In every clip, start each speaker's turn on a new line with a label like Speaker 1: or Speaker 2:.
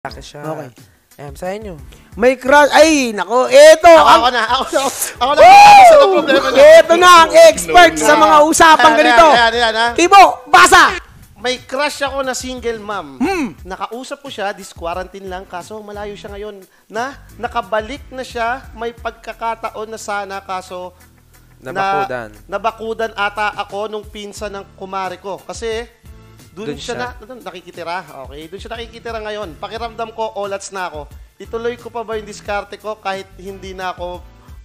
Speaker 1: Laki siya.
Speaker 2: Okay.
Speaker 1: Ayan, sa inyo.
Speaker 2: May crush. Ay, nako. Eto.
Speaker 3: Ako, ako
Speaker 2: Ang,
Speaker 3: na, ako na, ako na, ako na,
Speaker 2: Woo!
Speaker 3: problema na.
Speaker 2: Eto na ang expert sa mga usapang
Speaker 3: Ayan,
Speaker 2: ganito.
Speaker 3: ayan, ayan, ayan, ah.
Speaker 2: Tibo, basa.
Speaker 3: May crush ako na single mom.
Speaker 1: Hmm.
Speaker 3: Nakausap ko siya, dis-quarantine lang, kaso malayo siya ngayon. Na, nakabalik na siya, may pagkakataon na sana, kaso na-
Speaker 1: Nabakudan.
Speaker 3: nabakudan ata ako nung pinsan ng kumare ko. Kasi, doon
Speaker 1: Dun
Speaker 3: siya,
Speaker 1: siya.
Speaker 3: na, dun nakikitira. Okay, doon siya nakikitira ngayon. Pakiramdam ko, olats na ako. Ituloy ko pa ba yung diskarte ko kahit hindi na ako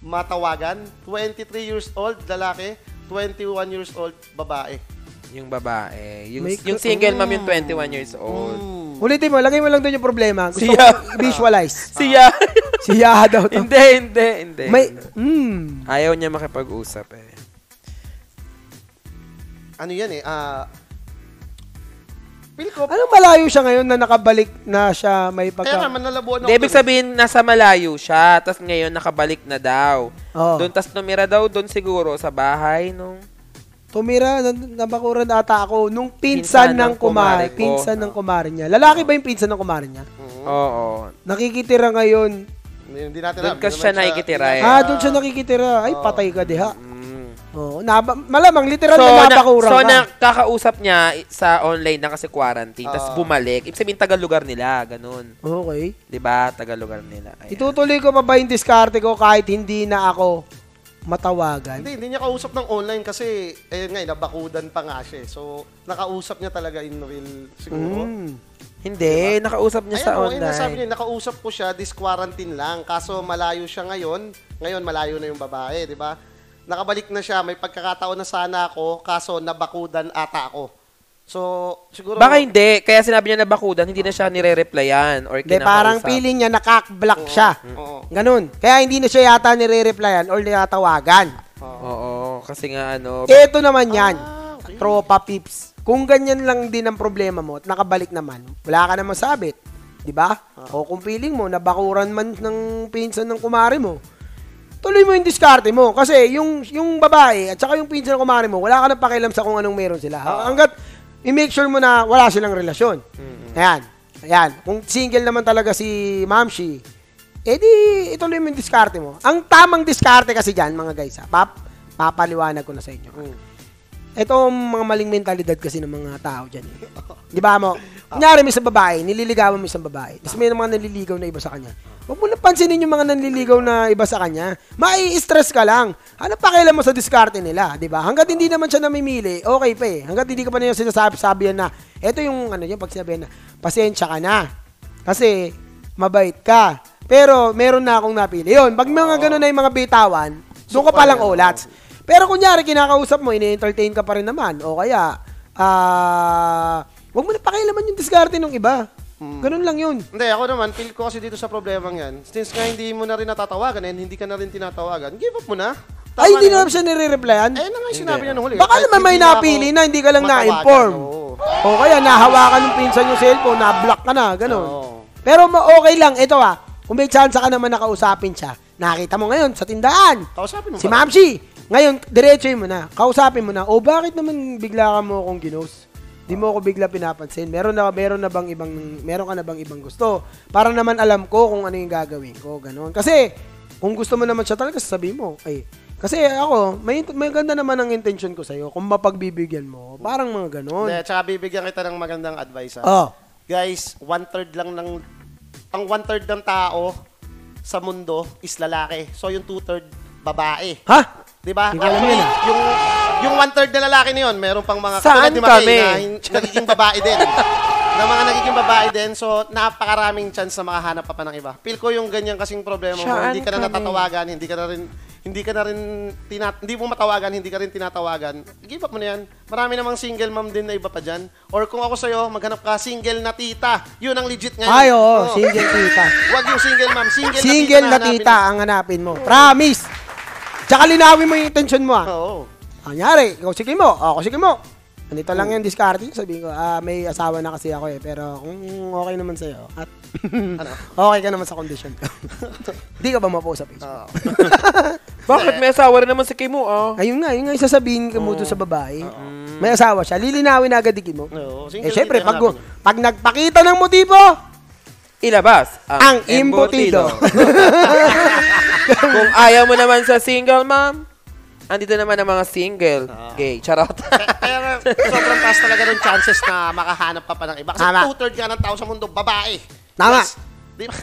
Speaker 3: matawagan? 23 years old, lalaki. 21 years old, babae.
Speaker 1: Yung babae. Yung,
Speaker 2: May- Ah.
Speaker 1: yung single mom, yung 21 years old.
Speaker 2: Ulitin mo, lagay mo lang doon yung problema. Gusto
Speaker 1: Siya.
Speaker 2: ko i-visualize.
Speaker 1: Siya.
Speaker 2: Siya daw to.
Speaker 1: hindi, hindi, hindi.
Speaker 2: Mm. Ah. May, hmm.
Speaker 1: Ayaw niya makipag-usap eh.
Speaker 3: Ano yan eh, ah... feel ko,
Speaker 2: Anong malayo siya ngayon na nakabalik na siya may
Speaker 3: kaya
Speaker 2: pagka...
Speaker 3: nga manlalabuan ako.
Speaker 1: Hindi, ibig
Speaker 3: dun.
Speaker 1: sabihin, nasa malayo siya, tapos ngayon nakabalik na daw.
Speaker 2: Oo.
Speaker 1: Doon, tapos numira daw doon siguro sa bahay nung...
Speaker 2: Tumira, nan- nabakuran ata ako nung pinsan, ng kumare.
Speaker 1: ko.
Speaker 2: Pinsan ng kumare niya. Lalaki ba yung pinsan ng kumare niya?
Speaker 1: Oo.
Speaker 2: Nakikitira ngayon.
Speaker 3: Hindi natin
Speaker 1: Doon
Speaker 3: alam,
Speaker 1: ka
Speaker 3: hindi
Speaker 1: siya
Speaker 3: naman
Speaker 1: nakikitira eh.
Speaker 2: Ah, doon siya nakikitira. Ay, patay ka diha.
Speaker 1: Mm.
Speaker 2: Oo, naba, malamang, literal
Speaker 1: So,
Speaker 2: na
Speaker 1: na,
Speaker 2: nabakuran
Speaker 1: so
Speaker 2: ka.
Speaker 1: nakakausap niya sa online na kasi quarantine,
Speaker 2: Ah.
Speaker 1: tapos
Speaker 3: Oo.
Speaker 1: bumalik. Ibig sabihin, tagal lugar nila, ganun.
Speaker 2: Okay.
Speaker 1: 'Di ba Tagal lugar nila. Ayan.
Speaker 2: Itutuloy ko pa ba yung diskarte ko kahit hindi na ako matawagan?
Speaker 3: Hindi, hindi niya kausap ng online kasi, ayun nga, eh, nabakudan pa nga siya eh. So, nakausap niya talaga in real, siguro.
Speaker 2: Mm.
Speaker 1: Hindi, nakausap niya Hmm, sa
Speaker 3: Ayan, oo, yun
Speaker 1: online.
Speaker 3: ang sabi niya, nakausap ko siya, dis-quarantine lang. Kaso malayo siya ngayon. Ngayon, malayo na yung babae, di ba? Nakabalik na siya, may pagkakataon na sana ako, kaso nabakudan ata ako. So, siguro...
Speaker 1: Baka hindi, kaya sinabi niya na bakudan, hindi na siya nire-replyan or
Speaker 2: Hindi,
Speaker 1: kinakausap.
Speaker 2: parang feeling niya nakakblock siya.
Speaker 3: Oo.
Speaker 2: Ganun. Kaya hindi na siya yata nire-replyan or natawagan.
Speaker 1: Oo, kasi nga ano,
Speaker 2: Ito naman yan.
Speaker 3: Ah, okay.
Speaker 2: Tropa pips. Kung ganyan lang din ang problema mo at nakabalik naman, wala ka namang sabit. Di ba?
Speaker 3: Ah.
Speaker 2: O kung feeling mo, nabakuran man ng pinsan ng kumare mo, tuloy mo yung diskarte mo. Kasi yung, yung babae at saka yung pinsan ng kumare mo, wala ka nang pakialam sa kung anong meron sila.
Speaker 3: Ah.
Speaker 2: Hanggat i-make sure mo na wala silang relasyon. Ayan. Ayan. Kung single naman talaga si Mamshi, edi ituloy mo yung diskarte mo. Ang tamang diskarte kasi dyan, mga guys, ha, pap, papaliwanag ko na sa
Speaker 3: Mm.
Speaker 2: inyo. Ito ang mga maling mentalidad kasi ng mga tao dyan. eh. Di ba mo? Kunyari may isang babae, nililigawan mo isang babae. Tapos may mga naliligaw na iba sa kanya. Huwag mo na pansinin yung mga nanliligaw na iba sa kanya. Mai-stress ka lang. Ano pakialam mo sa diskarte nila, di ba? Hanggat hindi naman siya namimili, okay pa eh. Hanggat hindi ka pa na yung sinasabi yan na, ito yung ano yung pag sinabihan na, pasensya ka na. Kasi, mabait ka. Pero, meron na akong napili. Yun, pag mga ganun na yung mga bitawan, doon ka palang olats. Pero kunyari, kinakausap mo, ini-entertain ka pa rin naman. O kaya, ah, wag mo na pakialaman yung diskarte ng iba.
Speaker 3: Hmm.
Speaker 2: Ganun lang yun.
Speaker 3: Hindi, ako naman, feel ko kasi dito sa problema yan. Since nga hindi mo na rin natatawagan and hindi ka na rin tinatawagan, give up mo na.
Speaker 2: Ay, hindi
Speaker 3: na
Speaker 2: naman siya nire-replyan.
Speaker 3: Eh, na nga yung sinabi niya nung huli.
Speaker 2: Baka
Speaker 3: Kahit
Speaker 2: naman may
Speaker 3: hindi na
Speaker 2: napili
Speaker 3: ako
Speaker 2: na, hindi ka lang
Speaker 3: matawagan,
Speaker 2: na-inform.
Speaker 3: oo.
Speaker 2: O kaya, nahawakan ng pinsan yung cellphone, na-block ka na, ganun.
Speaker 3: Oo.
Speaker 2: Pero ma- okay lang, ito ah, kung may chance ka naman nakausapin siya, nakita mo ngayon sa tindahan,
Speaker 3: Kausapin mo
Speaker 2: Si
Speaker 3: pa.
Speaker 2: Mamsi, ngayon, diretsoy mo na. Kausapin mo na, o bakit naman bigla ka mo akong ginos? Di mo ako bigla pinapansin. Meron na, meron na bang ibang, meron ka na bang ibang gusto? Para naman alam ko kung ano yung gagawin ko. Ganon. Kasi, kung gusto mo naman siya talaga, sasabihin mo, ay, kasi ako, may, may ganda naman ang intention ko sa'yo. Kung mapagbibigyan mo, parang mga ganon.
Speaker 3: Hindi, tsaka bibigyan kita ng magandang advice. ah.
Speaker 2: Oh.
Speaker 3: Guys, one-third lang ng... Ang one-third ng tao sa mundo is lalaki. So, yung two-third, babae.
Speaker 2: Ha?
Speaker 3: Di ba?
Speaker 2: Hindi ko alam
Speaker 3: Actually,
Speaker 2: yun, ah.
Speaker 3: Diba? yung, yung one-third na lalaki na yun, meron pang mga
Speaker 1: Saan
Speaker 3: katulad ni Makay
Speaker 1: kami?
Speaker 3: na hin- nagiging babae din. na mga nagiging babae din. So, napakaraming chance na makahanap pa pa ng iba. Feel ko yung ganyan kasing problema mo.
Speaker 1: Saan
Speaker 3: Hindi ka na
Speaker 1: kami?
Speaker 3: natatawagan, hindi ka na rin hindi ka na rin tina- hindi mo matawagan, hindi ka rin tinatawagan. Give up mo na yan. Marami namang single mom din na iba pa diyan. Or kung ako sa'yo, maghanap ka single na tita. Yun ang legit ngayon.
Speaker 2: Ay, oo, single tita.
Speaker 3: Wag yung single mom, single,
Speaker 2: Single na
Speaker 3: na hanapin
Speaker 2: tita ang hanapin mo. Promise! Tsaka linawin mo yung intention mo,
Speaker 3: mo.
Speaker 2: ah.
Speaker 3: Oo.
Speaker 2: Kanyari, ikaw sige mo, ako sige mo. Nandito lang yung discard Sabihin ko, ah, may asawa na kasi ako eh. Pero kung okay naman sa'yo, at
Speaker 3: Ano?
Speaker 2: okay ka naman sa condition ko. Hindi ka ba mapost sa Facebook?
Speaker 3: Oo.
Speaker 1: Bakit may asawa rin naman si Kimo, ah?
Speaker 2: Ayun nga, yun nga yung sasabihin ka mo doon sa babae. May asawa siya, lilinawin na agad di mo. eh
Speaker 3: Oo, single
Speaker 2: syempre,
Speaker 3: tita ang
Speaker 2: pag,
Speaker 3: hanapin mo.
Speaker 2: pag nagpakita ng motibo,
Speaker 1: ilabas
Speaker 2: Ang embutido.
Speaker 1: Kung ayaw mo naman sa single mom, andito naman ang mga single
Speaker 2: Ah.
Speaker 1: gay. Charot.
Speaker 3: Kaya nga, sobrang taas talaga ng chances na makahanap ka pa ng iba. Kasi
Speaker 2: Tama.
Speaker 3: two-third nga ng tao sa mundo, babae.
Speaker 2: Tama.
Speaker 3: Plus, di ba?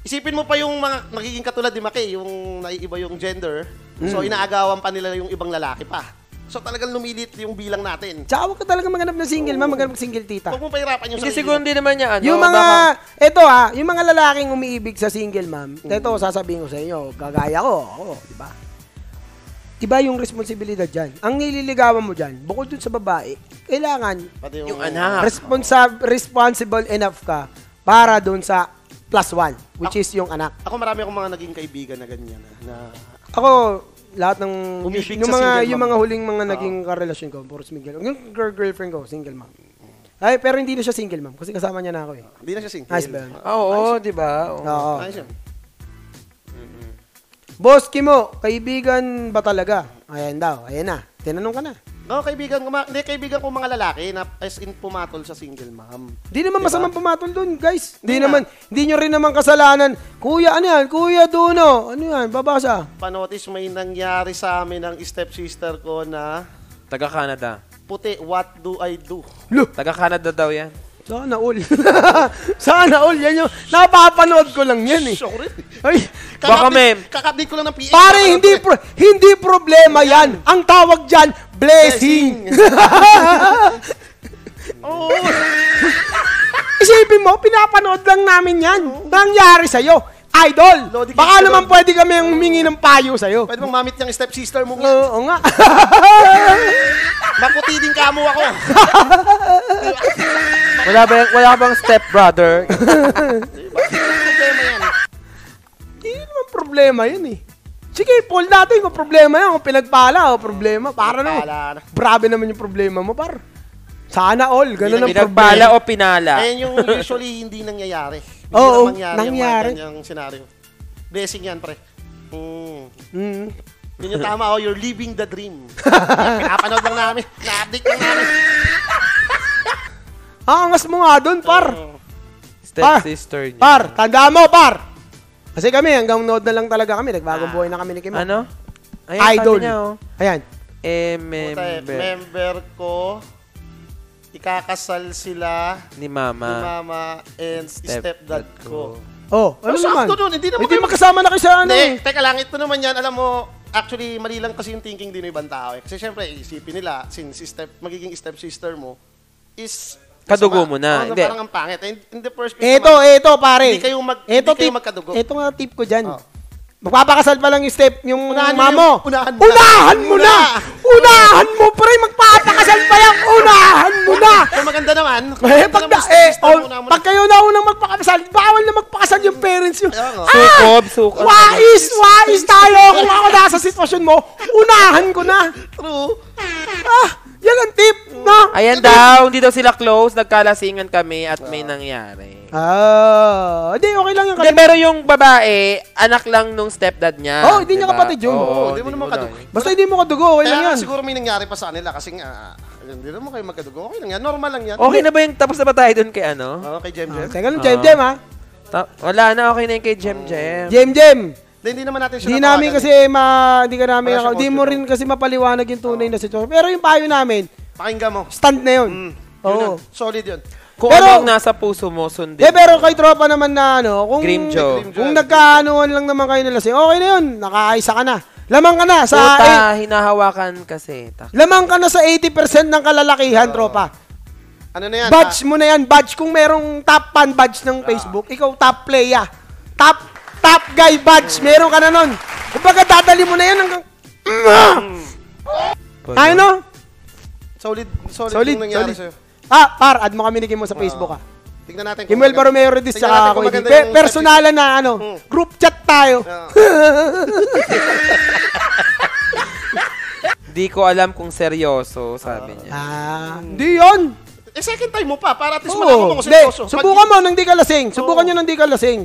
Speaker 3: Isipin mo pa yung mga magiging katulad ni Maki, yung naiiba yung gender. So,
Speaker 2: Mm.
Speaker 3: inaagawan pa nila yung ibang lalaki pa. So, talagang lumilit yung bilang natin.
Speaker 2: Tsaka huwag ka talaga maghanap ng single ma'am, maghanap ng single tita.
Speaker 3: Huwag mo pahirapan yung
Speaker 1: Hindi
Speaker 3: sarili
Speaker 1: siguro
Speaker 3: mo.
Speaker 1: hindi naman niya ano.
Speaker 2: Yung
Speaker 1: baka-
Speaker 2: mga, eto ha, yung mga lalaking umiibig sa single ma'am, eto sasabihin ko sa inyo, gagaya ko, ako, di ba? Iba yung responsibilidad dyan. Ang nililigawan mo dyan, bukod dun sa babae, kailangan
Speaker 3: Pati
Speaker 1: Yung anak.
Speaker 2: responsa- responsible enough ka para dun sa plus one, which is yung anak.
Speaker 3: Ako marami akong mga naging kaibigan na ganyan. ah, Na,
Speaker 2: Ako, lahat ng
Speaker 3: Umibig
Speaker 2: yung
Speaker 3: sa
Speaker 2: mga
Speaker 3: single
Speaker 2: yung
Speaker 3: mom.
Speaker 2: mga huling mga naging karelasyon ko, puro single. Yung girl girlfriend ko, single mom. Ay, pero hindi na siya single mom kasi kasama niya na ako eh.
Speaker 3: hindi na siya single.
Speaker 2: Nice ba yun?
Speaker 1: Ah, Oo, di ba? Oo.
Speaker 2: Oo.
Speaker 3: Ayos yun.
Speaker 2: Boss Kimo, kaibigan ba talaga? Ayan daw, ayan na. Tinanong ka na.
Speaker 3: Oo, kaibigan ko, ma- hindi, kaibigan ko mga lalaki na as in pumatol sa single mom.
Speaker 2: Hindi naman masamang pumatol doon, guys. Hindi
Speaker 3: Hindi
Speaker 2: naman, hindi nyo rin naman kasalanan. Kuya, ano yan? Kuya Duno. Ano yan? Babasa.
Speaker 3: Panotis, may nangyari sa amin ng stepsister ko na
Speaker 1: Taga Canada.
Speaker 3: puti, what do I do?
Speaker 2: Loh,
Speaker 1: Taga Canada daw yan.
Speaker 2: sana all. sana all. Yan yung, napapanood ko lang yan eh.
Speaker 3: Shock rin.
Speaker 2: Ay,
Speaker 1: Baka, ma'am.
Speaker 3: Kakapdate ko lang ng Ano PA.
Speaker 2: pare, hindi,
Speaker 3: eh?
Speaker 2: pro- hindi problema yan. Ang tawag dyan, blessing. Oh.
Speaker 3: Oo.
Speaker 2: Isipin mo, pinapanood lang namin yan. Nangyari sa'yo, idol.
Speaker 3: Lodi
Speaker 2: Baka
Speaker 3: Kids,
Speaker 2: naman
Speaker 3: Lodi.
Speaker 2: pwede kami ang humingi ng payo sa'yo.
Speaker 3: Pwede bang mamit niyang stepsister mo?
Speaker 2: Oo oo nga.
Speaker 3: Maputi din kamo ako. Ano
Speaker 1: Wala, ba, wala ka bang stepbrother?
Speaker 3: Problema yan.
Speaker 2: Hindi naman problema yun eh. Sige, poll natin kung problema yan. Kung pinagpala o problema. Para
Speaker 3: Pinagpala
Speaker 2: naman.
Speaker 3: na.
Speaker 2: Brabe naman yung problema mo, par. Sana all. Ganun ang
Speaker 1: Pinagbala
Speaker 2: Ano problema.
Speaker 1: o pinala?
Speaker 3: Ayan yung usually hindi nangyayari. Hindi
Speaker 2: Oo,
Speaker 3: na mangyari
Speaker 2: nangyari.
Speaker 3: Yung mga ganyang senaryo. Blessing yan, pre. Mm.
Speaker 2: Mm.
Speaker 3: Yun yung tama, oh, you're living the dream. Pinapanood lang namin. Na-update lang namin.
Speaker 2: Ah, angas mo nga dun, par.
Speaker 3: Oo.
Speaker 2: Par.
Speaker 1: Stepsister niya.
Speaker 2: Ah! Par, tandaan mo, par. Kasi kami, hanggang nood na lang talaga kami. Nagbagong buhay na kami ni Kim.
Speaker 1: Ano? Ayan,
Speaker 2: Idol.
Speaker 1: sabi niya, oh.
Speaker 2: Ayan.
Speaker 1: Eh,
Speaker 3: Puta, eh,
Speaker 1: member
Speaker 3: member ko, ikakasal sila
Speaker 1: ni
Speaker 3: ni
Speaker 1: mama.
Speaker 3: mama and stepdad ko.
Speaker 2: Oh, ano
Speaker 3: Oh,
Speaker 2: naman?
Speaker 3: sakto nun, hindi naman
Speaker 2: Eh, di
Speaker 3: kayo-
Speaker 2: magkasama na kayo sa ano. eh.
Speaker 3: Hindi, teka lang, ito naman yan, alam mo, actually, mali lang kasi yung thinking din ng ibang tao eh. Kasi syempre, isipin nila, since step, magiging stepsister mo, is...
Speaker 1: Kadugo
Speaker 3: kasama.
Speaker 1: mo na,
Speaker 3: Oo,
Speaker 1: hindi.
Speaker 3: Parang ang pangit. And in the first place
Speaker 2: Eto,
Speaker 3: naman,
Speaker 2: eto, pare.
Speaker 3: Hindi kayo
Speaker 2: Eto
Speaker 3: mag- hindi kayo
Speaker 2: tip-
Speaker 3: magkadugo.
Speaker 2: Eto nga tip ko dyan.
Speaker 3: Oh.
Speaker 2: Magpapakasal pa lang yung step, yung
Speaker 3: Unahan mo
Speaker 2: mamo.
Speaker 3: yung- unahan mo na.
Speaker 2: unahan mo na! Unahan mo, pre! Magpapakasal pa lang! Unahan mo na!
Speaker 3: Kung maganda naman, kung
Speaker 2: Eh,
Speaker 3: maganda
Speaker 2: pag,
Speaker 3: naman,
Speaker 2: na, eh,
Speaker 3: stepsister
Speaker 2: oh,
Speaker 3: muna muna.
Speaker 2: pag kayo na unang magpakasal, bawal na magpakasal yung parents nyo. Ah!
Speaker 3: Kaya nga.
Speaker 1: Sukob, sukob.
Speaker 2: Wais! Wais tayo! Kung ako nasa sitwasyon mo, unahan ko na!
Speaker 3: True.
Speaker 2: Ah! Yan ang tip, no?
Speaker 1: Ayan daw, hindi daw sila close. Nagkalasingan kami at may nangyari.
Speaker 2: Ah, hindi, okay lang yung
Speaker 1: Hindi, pero yung babae, anak lang nung stepdad niya. diba?
Speaker 2: Oh, hindi niya kapatid yun.
Speaker 1: Oo,
Speaker 2: Oo,
Speaker 3: hindi mo naman kadugo.
Speaker 2: Basta hindi mo kadugo, okay lang
Speaker 3: Kaya
Speaker 2: yan.
Speaker 3: siguro may nangyari pa sa nila kasi nga, hindi naman kayo magkadugo. Okay lang yan, normal lang yan.
Speaker 1: Okay na ba yung tapos na ba tayo dun kay ano?
Speaker 3: Okay, Jem Jem.
Speaker 2: Teka lang, Jem Jem ha.
Speaker 1: Ta- wala na, okay na yung kay Jem Jem.
Speaker 2: Jem Jem.
Speaker 3: Hindi, hindi naman natin siya
Speaker 2: Di
Speaker 3: natawagan
Speaker 2: namin
Speaker 3: eh.
Speaker 2: kasi ma, di ka namin
Speaker 3: Wala
Speaker 2: ako,
Speaker 3: siyang
Speaker 2: di mo
Speaker 3: konti
Speaker 2: rin kasi mapaliwanag yung tunay na sitwasyon. Pero yung payo namin,
Speaker 3: Pakinggan mo.
Speaker 2: stand na yun.
Speaker 3: Mm, yun
Speaker 2: Oo.
Speaker 3: yun. Solid yun.
Speaker 1: Kung
Speaker 2: Pero-
Speaker 1: ano ang nasa puso mo, sundin.
Speaker 2: Eh, pero kay tropa naman na ano, kung,
Speaker 1: Grim Joe.
Speaker 2: kung nagkaanoan lang naman kayo nila, say, okay na yun, nakaisa ka na. Lamang ka na sa, eh,
Speaker 1: Puta, hinahawakan kasi. Tak-
Speaker 2: lamang ka na sa 80% ng kalalakihan, tropa.
Speaker 3: Ano na yan? Ah.
Speaker 2: Badge mo na yan, badge. Kung merong top fan badge ng Facebook, ikaw top player. Top, top guy badge. Meron ka na nun. Kumbaga, dadali mo na yan hanggang... Ano? no?
Speaker 3: Ah, solid, solid,
Speaker 2: Solid,
Speaker 3: yung nangyari
Speaker 2: solid.
Speaker 3: sa'yo.
Speaker 2: Ah, par, add mo kami ni Kimo sa Facebook, ah.
Speaker 3: Tignan natin. kung
Speaker 2: Kimuel
Speaker 3: maganda-
Speaker 2: Baromero Redis,
Speaker 3: Tignan
Speaker 2: tsaka
Speaker 3: natin
Speaker 2: ako.
Speaker 3: kung maganda
Speaker 2: Pe-
Speaker 3: yung
Speaker 2: personalan na, ano,
Speaker 3: Hmm.
Speaker 2: group chat tayo.
Speaker 3: Ah.
Speaker 1: Di ko alam kung seryoso, sabi niya.
Speaker 2: Ah, hindi yun.
Speaker 3: step- Eh, second time mo pa, para at least malaman mo
Speaker 2: Oo.
Speaker 3: kung
Speaker 2: Hindi,
Speaker 3: seryoso.
Speaker 2: subukan mo nang di ka lasing. Subukan
Speaker 3: Oo.
Speaker 2: nyo nang di ka lasing.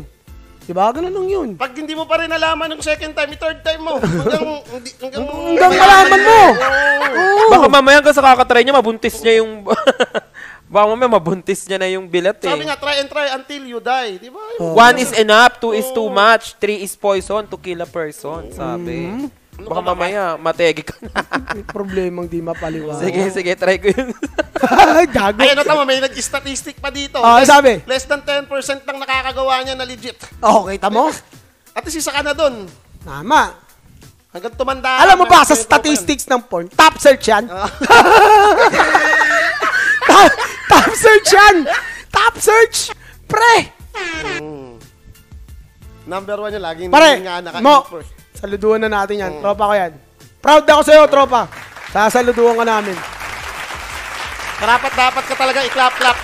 Speaker 2: Diba? Ganun lang yun.
Speaker 3: Pag hindi mo pa rin nalaman ng second time, yung third time mo, hanggang, hindi, hanggang,
Speaker 2: Hanggang malaman mo.
Speaker 3: Oo.
Speaker 2: Oo. Oh.
Speaker 1: Baka mamaya hanggang sa kakatry niya, mabuntis niya yung... Baka mamaya mabuntis niya na yung bilat eh.
Speaker 3: Sabi nga, try and try until you die. Di ba?
Speaker 1: One is enough, two is
Speaker 3: Oh.
Speaker 1: too much, three is poison to kill a person,
Speaker 2: Mm-hmm.
Speaker 1: sabi.
Speaker 3: Ano
Speaker 1: Baka mamaya, mategi ka na.
Speaker 2: May problemang di mapaliwanag.
Speaker 1: sige, sige, try ko yun.
Speaker 2: Gago.
Speaker 3: Ay, ano tama, may nag-statistic pa dito.
Speaker 2: Ah,
Speaker 3: less,
Speaker 2: sabi?
Speaker 3: Less than 10% lang nakakagawa niya na legit.
Speaker 2: Okay, tamo.
Speaker 3: At isa ka na doon.
Speaker 2: Tama.
Speaker 3: Hanggang tumanda. ka
Speaker 2: Alam mo
Speaker 3: na,
Speaker 2: ba, sa
Speaker 3: may tropa yan.
Speaker 2: statistics ng porn, top search yan.
Speaker 3: Ah.
Speaker 2: top, top search yan. Top search. Pre.
Speaker 3: Number one yun, laging
Speaker 2: Pare,
Speaker 3: nga Oh. naka-
Speaker 2: mo. Saluduhan na natin yan. Tropa ko yan. Proud ako sa'yo, tropa. Sasaluduhan ka namin.
Speaker 3: Karapat dapat ka talaga i-clap-clap.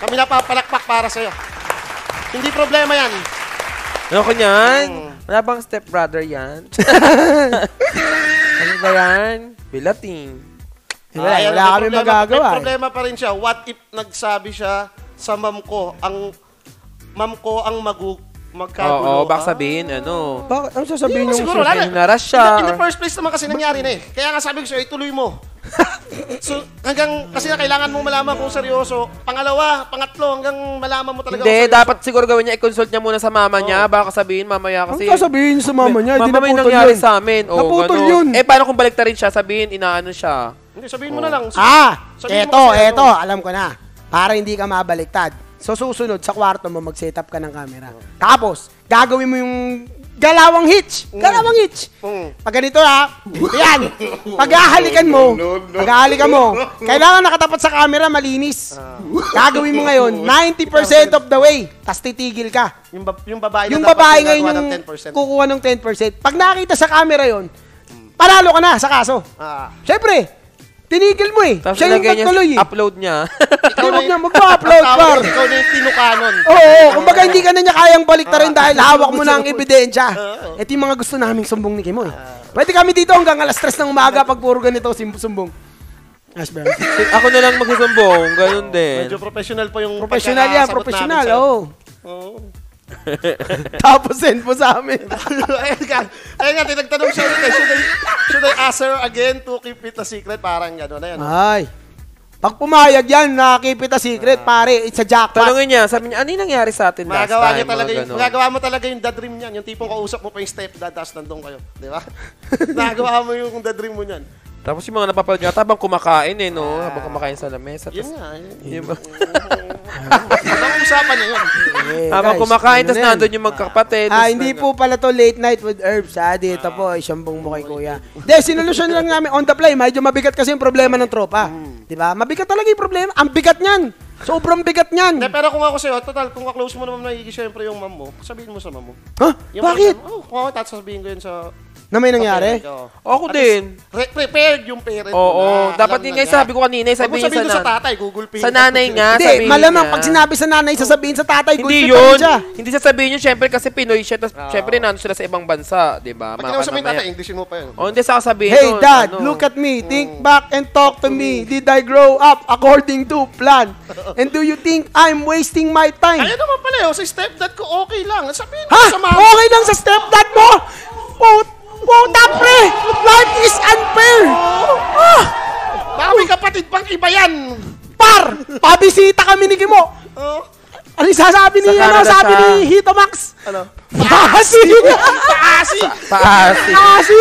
Speaker 3: Kami napapalakpak para sa'yo. Hindi problema yan.
Speaker 1: ano ko niyan?
Speaker 3: Oh.
Speaker 1: Wala bang stepbrother yan? ano ba yan? Bilating.
Speaker 2: Wala,
Speaker 3: Ah, Ayan,
Speaker 2: wala
Speaker 3: may
Speaker 2: kami
Speaker 3: problema-
Speaker 2: magagawa.
Speaker 3: May
Speaker 2: eh.
Speaker 3: problema pa rin siya. What if nagsabi siya sa ma'am ko, ang ma'am ko ang magu
Speaker 1: Oo,
Speaker 3: magkagulo.
Speaker 1: baka
Speaker 3: Ah.
Speaker 1: sabihin, ano.
Speaker 2: Bakit? Ang sasabihin
Speaker 3: Hindi,
Speaker 2: yung
Speaker 3: siguro, wala na.
Speaker 1: sabihin na rush siya,
Speaker 3: In the
Speaker 1: or-
Speaker 3: first place naman kasi nangyari na eh. Kaya nga sabi ko sa'yo, ituloy mo. so, hanggang, kasi na kailangan mo malaman kung seryoso. Pangalawa, pangatlo, hanggang malaman mo Oh.
Speaker 1: Hindi,
Speaker 3: talaga kung seryoso.
Speaker 1: dapat siguro gawin niya, i-consult niya muna sa mama niya. Baka sabihin, mamaya
Speaker 2: Ang
Speaker 1: kasi...
Speaker 2: sasabihin sa mama niya, hindi
Speaker 1: Mama, may
Speaker 2: naputol
Speaker 1: nangyari
Speaker 2: yun.
Speaker 1: sa amin. O,
Speaker 2: Naputol
Speaker 1: ganun.
Speaker 2: yun.
Speaker 1: Eh, paano kung balikta rin siya? Sabihin, inaano siya.
Speaker 3: Hindi, sabihin mo na lang.
Speaker 2: Ah,
Speaker 3: Sabihin mo
Speaker 2: eto,
Speaker 3: kasi ano.
Speaker 2: eto, alam ko na. Para hindi ka mabaliktad. So susunod, sa kwarto mo, mag-set up ka ng camera. Tapos, gagawin mo yung galawang hitch. Galawang hitch.
Speaker 3: Mm.
Speaker 2: Pag ganito ha, yan. Paghahalikan mo, paghahalikan mo, kailangan nakatapat sa camera, malinis. Gagawin mo ngayon, 90% of the way, tas titigil ka.
Speaker 3: Yung, bab- yung babae
Speaker 2: Yung
Speaker 3: na dapat
Speaker 2: babae ngayon
Speaker 3: ginagawa
Speaker 2: yung
Speaker 3: ng 10%.
Speaker 2: kukuha ng 10%. Pag nakita sa camera yon, panalo ka na sa kaso.
Speaker 3: Ah.
Speaker 2: Siyempre, tinigil mo eh.
Speaker 1: Tapos
Speaker 2: Siya yung
Speaker 1: ilagay niya,
Speaker 2: nagtuloy eh.
Speaker 1: upload niya.
Speaker 2: Hindi,
Speaker 3: Ikaw
Speaker 2: wag
Speaker 3: na
Speaker 2: na,
Speaker 3: yun.
Speaker 2: magpa-upload
Speaker 3: Ikaw-
Speaker 2: par.
Speaker 3: Ikaw na yung tinukanon.
Speaker 2: Oo, oo, kumbaga hindi ka na niya kayang balik
Speaker 1: Ah.
Speaker 2: rin dahil hawak mo na ang ebidensya. Ito yung mga gusto naming sumbong ni Kimo eh. Pwede kami dito hanggang alas 3 ng umaga pag puro ganito sim- sumbong. Yes, bro.
Speaker 1: Ako na lang magsusumbong, ganun din.
Speaker 3: Medyo professional pa yung
Speaker 2: Professional yan,
Speaker 3: pagkakasagot
Speaker 2: professional,
Speaker 3: namin sa'yo.
Speaker 2: oo.
Speaker 3: Oo.
Speaker 2: Tapos send po sa amin.
Speaker 3: ayun nga, ayun nga, tinagtanong siya ulit eh, should I, should I ask her again to keep it a secret? Parang gano'n, ayun.
Speaker 2: Ay. Pag pumayag yan, nakakipit
Speaker 1: Ah.
Speaker 2: a secret, pare. It's a jackpot.
Speaker 1: Tanungin niya, sabi niya, ano yung nangyari sa atin last
Speaker 3: Magagawa niya
Speaker 1: time?
Speaker 3: talaga
Speaker 1: Mga
Speaker 3: yung,
Speaker 1: ganun.
Speaker 3: magagawa mo talaga yung the dream niyan. Yung tipong kausap mo pa yung stepdad, tapos nandun kayo. Di ba? Nagawa mo yung the dream mo niyan.
Speaker 1: Tapos yung mga napapalood niya, habang kumakain eh, no? Habang kumakain sa lamesa.
Speaker 3: Ah. Yun
Speaker 1: Tapos,
Speaker 3: nga. Yun.
Speaker 1: yun ba?
Speaker 3: Ang usapan niya yun.
Speaker 2: Eh,
Speaker 1: habang
Speaker 2: guys,
Speaker 1: kumakain,
Speaker 2: ano
Speaker 1: tapos
Speaker 2: na yan?
Speaker 1: nandun yung magkakapatid.
Speaker 2: Ah,
Speaker 1: tas
Speaker 2: hindi
Speaker 1: nandun-
Speaker 2: po pala to late night with herbs ha. Dito
Speaker 1: Ah.
Speaker 2: po, isambong mo kay kuya. Hindi, sinolusyon lang namin on the fly. Medyo mabigat kasi yung problema ng tropa.
Speaker 1: Hmm.
Speaker 2: Di ba? Mabigat talaga yung problema. Ang bigat niyan. Sobrang bigat
Speaker 3: Hindi,
Speaker 2: niyan.
Speaker 3: pero kung ako sa'yo, total, kung ka-close mo naman magiging siyempre yung mom mo, sabihin mo sa mom mo.
Speaker 2: Ha?
Speaker 3: Yung
Speaker 2: Bakit?
Speaker 3: parang, Oh, kung ako, tapos sabihin ko yun sa...
Speaker 2: Na may nangyari?
Speaker 3: sa parent ko.
Speaker 1: Ako
Speaker 3: At
Speaker 1: din.
Speaker 3: least, Re- prepared yung parent
Speaker 1: Oo,
Speaker 3: mo na,
Speaker 1: dapat yun
Speaker 3: alam na
Speaker 1: nga yung
Speaker 3: niya.
Speaker 1: sabi ko kanina, eh,
Speaker 3: Huwag mo
Speaker 1: sabihin
Speaker 3: sabihin
Speaker 1: sa
Speaker 3: doon sa
Speaker 1: na-
Speaker 3: tatay, Google Pay.
Speaker 1: Sa nanay nga,
Speaker 2: Hindi,
Speaker 1: sabihin
Speaker 2: malamang
Speaker 1: niya.
Speaker 2: pag sinabi sa nanay, sasabihin sa tatay,
Speaker 1: Hindi
Speaker 2: gulpi pa rin
Speaker 1: yun.
Speaker 2: siya.
Speaker 1: Hindi sasabihin yun, syempre, kasi Pinoy siya.
Speaker 3: Ah,
Speaker 1: Tapos, syempre, nandun sila sa ibang bansa, di ba?
Speaker 3: Pag
Speaker 1: Mga
Speaker 3: kinausap mo yung
Speaker 1: kanamaya.
Speaker 3: tatay, Englishin mo pa yun.
Speaker 1: O, Oh, hindi sa sasabihin
Speaker 2: Hey
Speaker 1: nun,
Speaker 2: dad,
Speaker 1: ano.
Speaker 2: look at me. Think back and talk to me. Did I grow up according to plan? And do you think I'm wasting my time?
Speaker 3: Ayun naman pala, oh, sa stepdad ko, okay lang. Sabihin mo
Speaker 2: Ha?
Speaker 3: sa mom.
Speaker 1: Oh!
Speaker 2: Okay lang sa stepdad mo? Put, puta pre! Life is unfair!
Speaker 3: Oh.
Speaker 2: Ah,
Speaker 3: Baka may kapatid pang iba yan.
Speaker 2: par! Pabisita kami ni Kimo!
Speaker 3: Oh,
Speaker 2: Ano yung sasabi
Speaker 1: Sa
Speaker 2: ni, ano,
Speaker 1: Canada
Speaker 2: sabi
Speaker 1: siya.
Speaker 2: ni Hito Max?
Speaker 3: ano?
Speaker 2: Pasi!
Speaker 1: Ah!
Speaker 3: Paasi!
Speaker 1: Paasi.
Speaker 2: Pasi!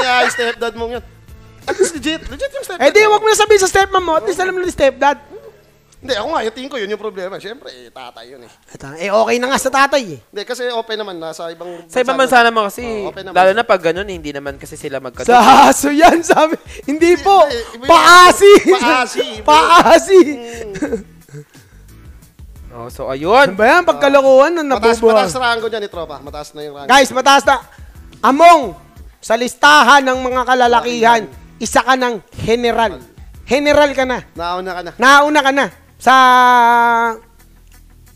Speaker 3: Yeah, stepdad mong yun. At least legit. Legit yung stepdad.
Speaker 2: Eh di, huwag mo na sabihin sa stepmom mo, at least alam na ni stepdad.
Speaker 3: Hindi, ako nga, yung tingin ko, yun yung problema. Siyempre, eh, tatay yun eh.
Speaker 2: Eh, okay na nga sa tatay eh.
Speaker 3: Hindi, kasi open naman na sa ibang
Speaker 1: Sa ibang bansa naman kasi,
Speaker 3: Oo, okay naman.
Speaker 1: lalo na pag ganun, hindi naman kasi sila magkatulog.
Speaker 2: Sa aso yan, sabi. Hindi po.
Speaker 3: Iba- iba-
Speaker 2: Paasi.
Speaker 3: Eh, Paasi.
Speaker 2: Paasi.
Speaker 1: Oh, so, ayun.
Speaker 2: Ano ba yan? Pagkalokohan na
Speaker 3: Mataas,
Speaker 2: nabubuhang.
Speaker 3: mataas rango niyan ni Tropa. Mataas na yung rango.
Speaker 2: Guys, mataas na. Among, sa listahan ng mga kalalakihan, isa ka ng general. General ka na.
Speaker 3: Nauna ka na.
Speaker 2: Nauna ka na. Sa...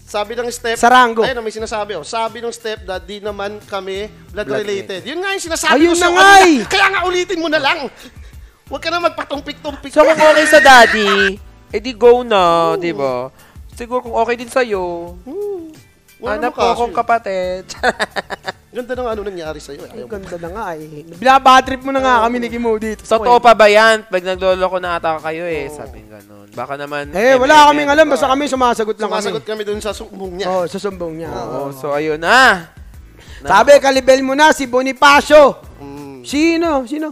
Speaker 3: Sabi ng step...
Speaker 2: Sa rango.
Speaker 3: Ayun, may sinasabi. Oh. Sabi ng step na di naman kami blood, related. Yun nga yung sinasabi
Speaker 2: Ayun
Speaker 3: ko sa'yo
Speaker 2: na nga
Speaker 3: kanina.
Speaker 2: eh.
Speaker 3: Kaya nga ulitin mo na lang. Huwag ka na magpatumpik-tumpik.
Speaker 1: So, kung okay sa daddy, edi go na, di ba? Siguro kung okay din sa'yo,
Speaker 3: Wala
Speaker 1: hanap
Speaker 3: naman
Speaker 1: ko
Speaker 3: kaso
Speaker 1: akong
Speaker 3: eh.
Speaker 1: kapatid.
Speaker 3: Ganda ng ano nangyari sa'yo. eh.
Speaker 2: Ay,
Speaker 3: Ayaw mo.
Speaker 2: ganda na nga eh. Binabatrip mo na nga kami ni Kimo dito. sa
Speaker 1: Totoo pa
Speaker 2: point.
Speaker 1: ba yan? Pag nagloloko na ata kayo eh. Sabi nga nun. Baka naman...
Speaker 2: Oh. Eh, wala kaming alam. Basta kami sumasagot lang
Speaker 3: Sumasagot
Speaker 2: kami.
Speaker 3: kami dun sa sumbong niya.
Speaker 2: Oo, oh, susumbong niya.
Speaker 1: Oo, so ayun na.
Speaker 2: Sabi, kalibel mo na si Bonifacio.
Speaker 3: Mm.
Speaker 2: Sino? Sino?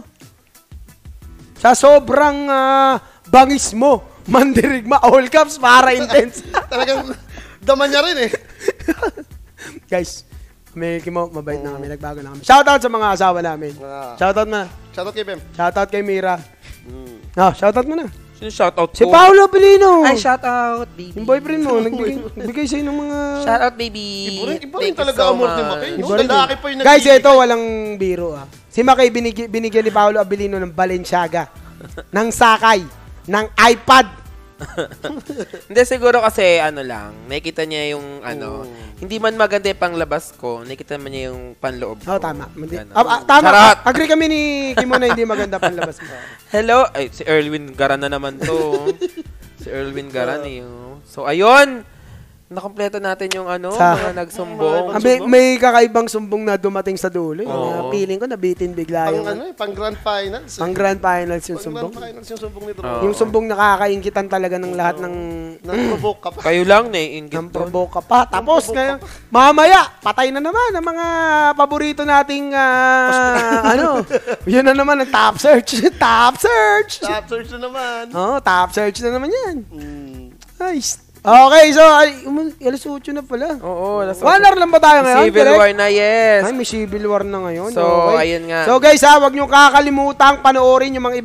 Speaker 2: Sa sobrang ah, bangis mo, mandirigma, all caps, para intense.
Speaker 3: Talagang daman niya rin eh.
Speaker 2: Guys, may Kimo, mabait na kami, nagbago na kami. Shoutout sa mga asawa namin.
Speaker 3: Ah.
Speaker 2: Shoutout mo na.
Speaker 3: Shoutout kay Bem. Hmm.
Speaker 2: Shoutout kay Mira. No, shoutout mo na.
Speaker 1: Sino shoutout ko?
Speaker 2: Si Paolo Pelino.
Speaker 4: Ay, shout out, baby.
Speaker 2: Yung boyfriend mo, nagbigay, nagbigay sa'yo ng mga...
Speaker 4: Shout out, baby.
Speaker 3: Iba rin, iba rin
Speaker 4: Thank you
Speaker 3: talaga
Speaker 4: so
Speaker 3: amor ni
Speaker 4: much.
Speaker 3: Makay.
Speaker 2: Iba
Speaker 3: No?
Speaker 2: rin eh.
Speaker 3: Lalaki pa yung
Speaker 2: Guys,
Speaker 3: nagbibigay.
Speaker 2: ito walang biro ah. Si Makay binigyan, binigyan ni Paolo Abilino ng Balenciaga, ng Sakay, ng iPad.
Speaker 1: Hindi, siguro kasi ano lang, nakita niya yung ano, hindi man maganda yung panglabas ko, nakita man niya yung panloob ko.
Speaker 2: Oh, tama. Mandi-
Speaker 1: Ganon.
Speaker 2: Ah, ah, tama.
Speaker 1: Charot!
Speaker 2: Agree kami ni Kimo na hindi maganda panlabas mo.
Speaker 1: Hello? Ay, si Erwin Garan na naman to. si Erwin Garan eh. oh. So, ayun! Nakompleto natin yung ano,
Speaker 2: Sa-
Speaker 1: mga nagsumbong.
Speaker 2: Ah, may, may kakaibang sumbong na dumating sa dulo. eh.
Speaker 1: Oo.
Speaker 2: Na feeling ko nabitin bigla
Speaker 3: Pang
Speaker 2: yung
Speaker 3: ano eh, pang grand finals. eh.
Speaker 2: pang grand finals yung
Speaker 3: Pang
Speaker 2: Ah,
Speaker 3: grand
Speaker 2: sumbong.
Speaker 3: finals yung sumbong ni
Speaker 1: Oo.
Speaker 3: Drew.
Speaker 2: Yung sumbong nakakaingitan talaga ng lahat ng
Speaker 3: Nag-provoke ka pa.
Speaker 1: Kayo lang, naiingit
Speaker 2: ng
Speaker 1: doon.
Speaker 2: provoke ka pa. Tapos ngayon, mamaya, patay na naman ang mga paborito nating ah, ano. Yun na naman ang top search. top search.
Speaker 3: Top search na naman.
Speaker 2: Oh, top search na naman 'yan.
Speaker 3: Mm.
Speaker 2: Nice. Okay, so ay, um, alas 8 na pala.
Speaker 1: Oo, nasa
Speaker 2: One hour lang ba tayo ngayon?
Speaker 1: Civil
Speaker 2: correct?
Speaker 1: War na, yes.
Speaker 2: Ay, may civil war na ngayon.
Speaker 1: So, ayun nga.
Speaker 2: ah, So, guys, ha, huwag niyong kakalimutang panoorin yung mga ibang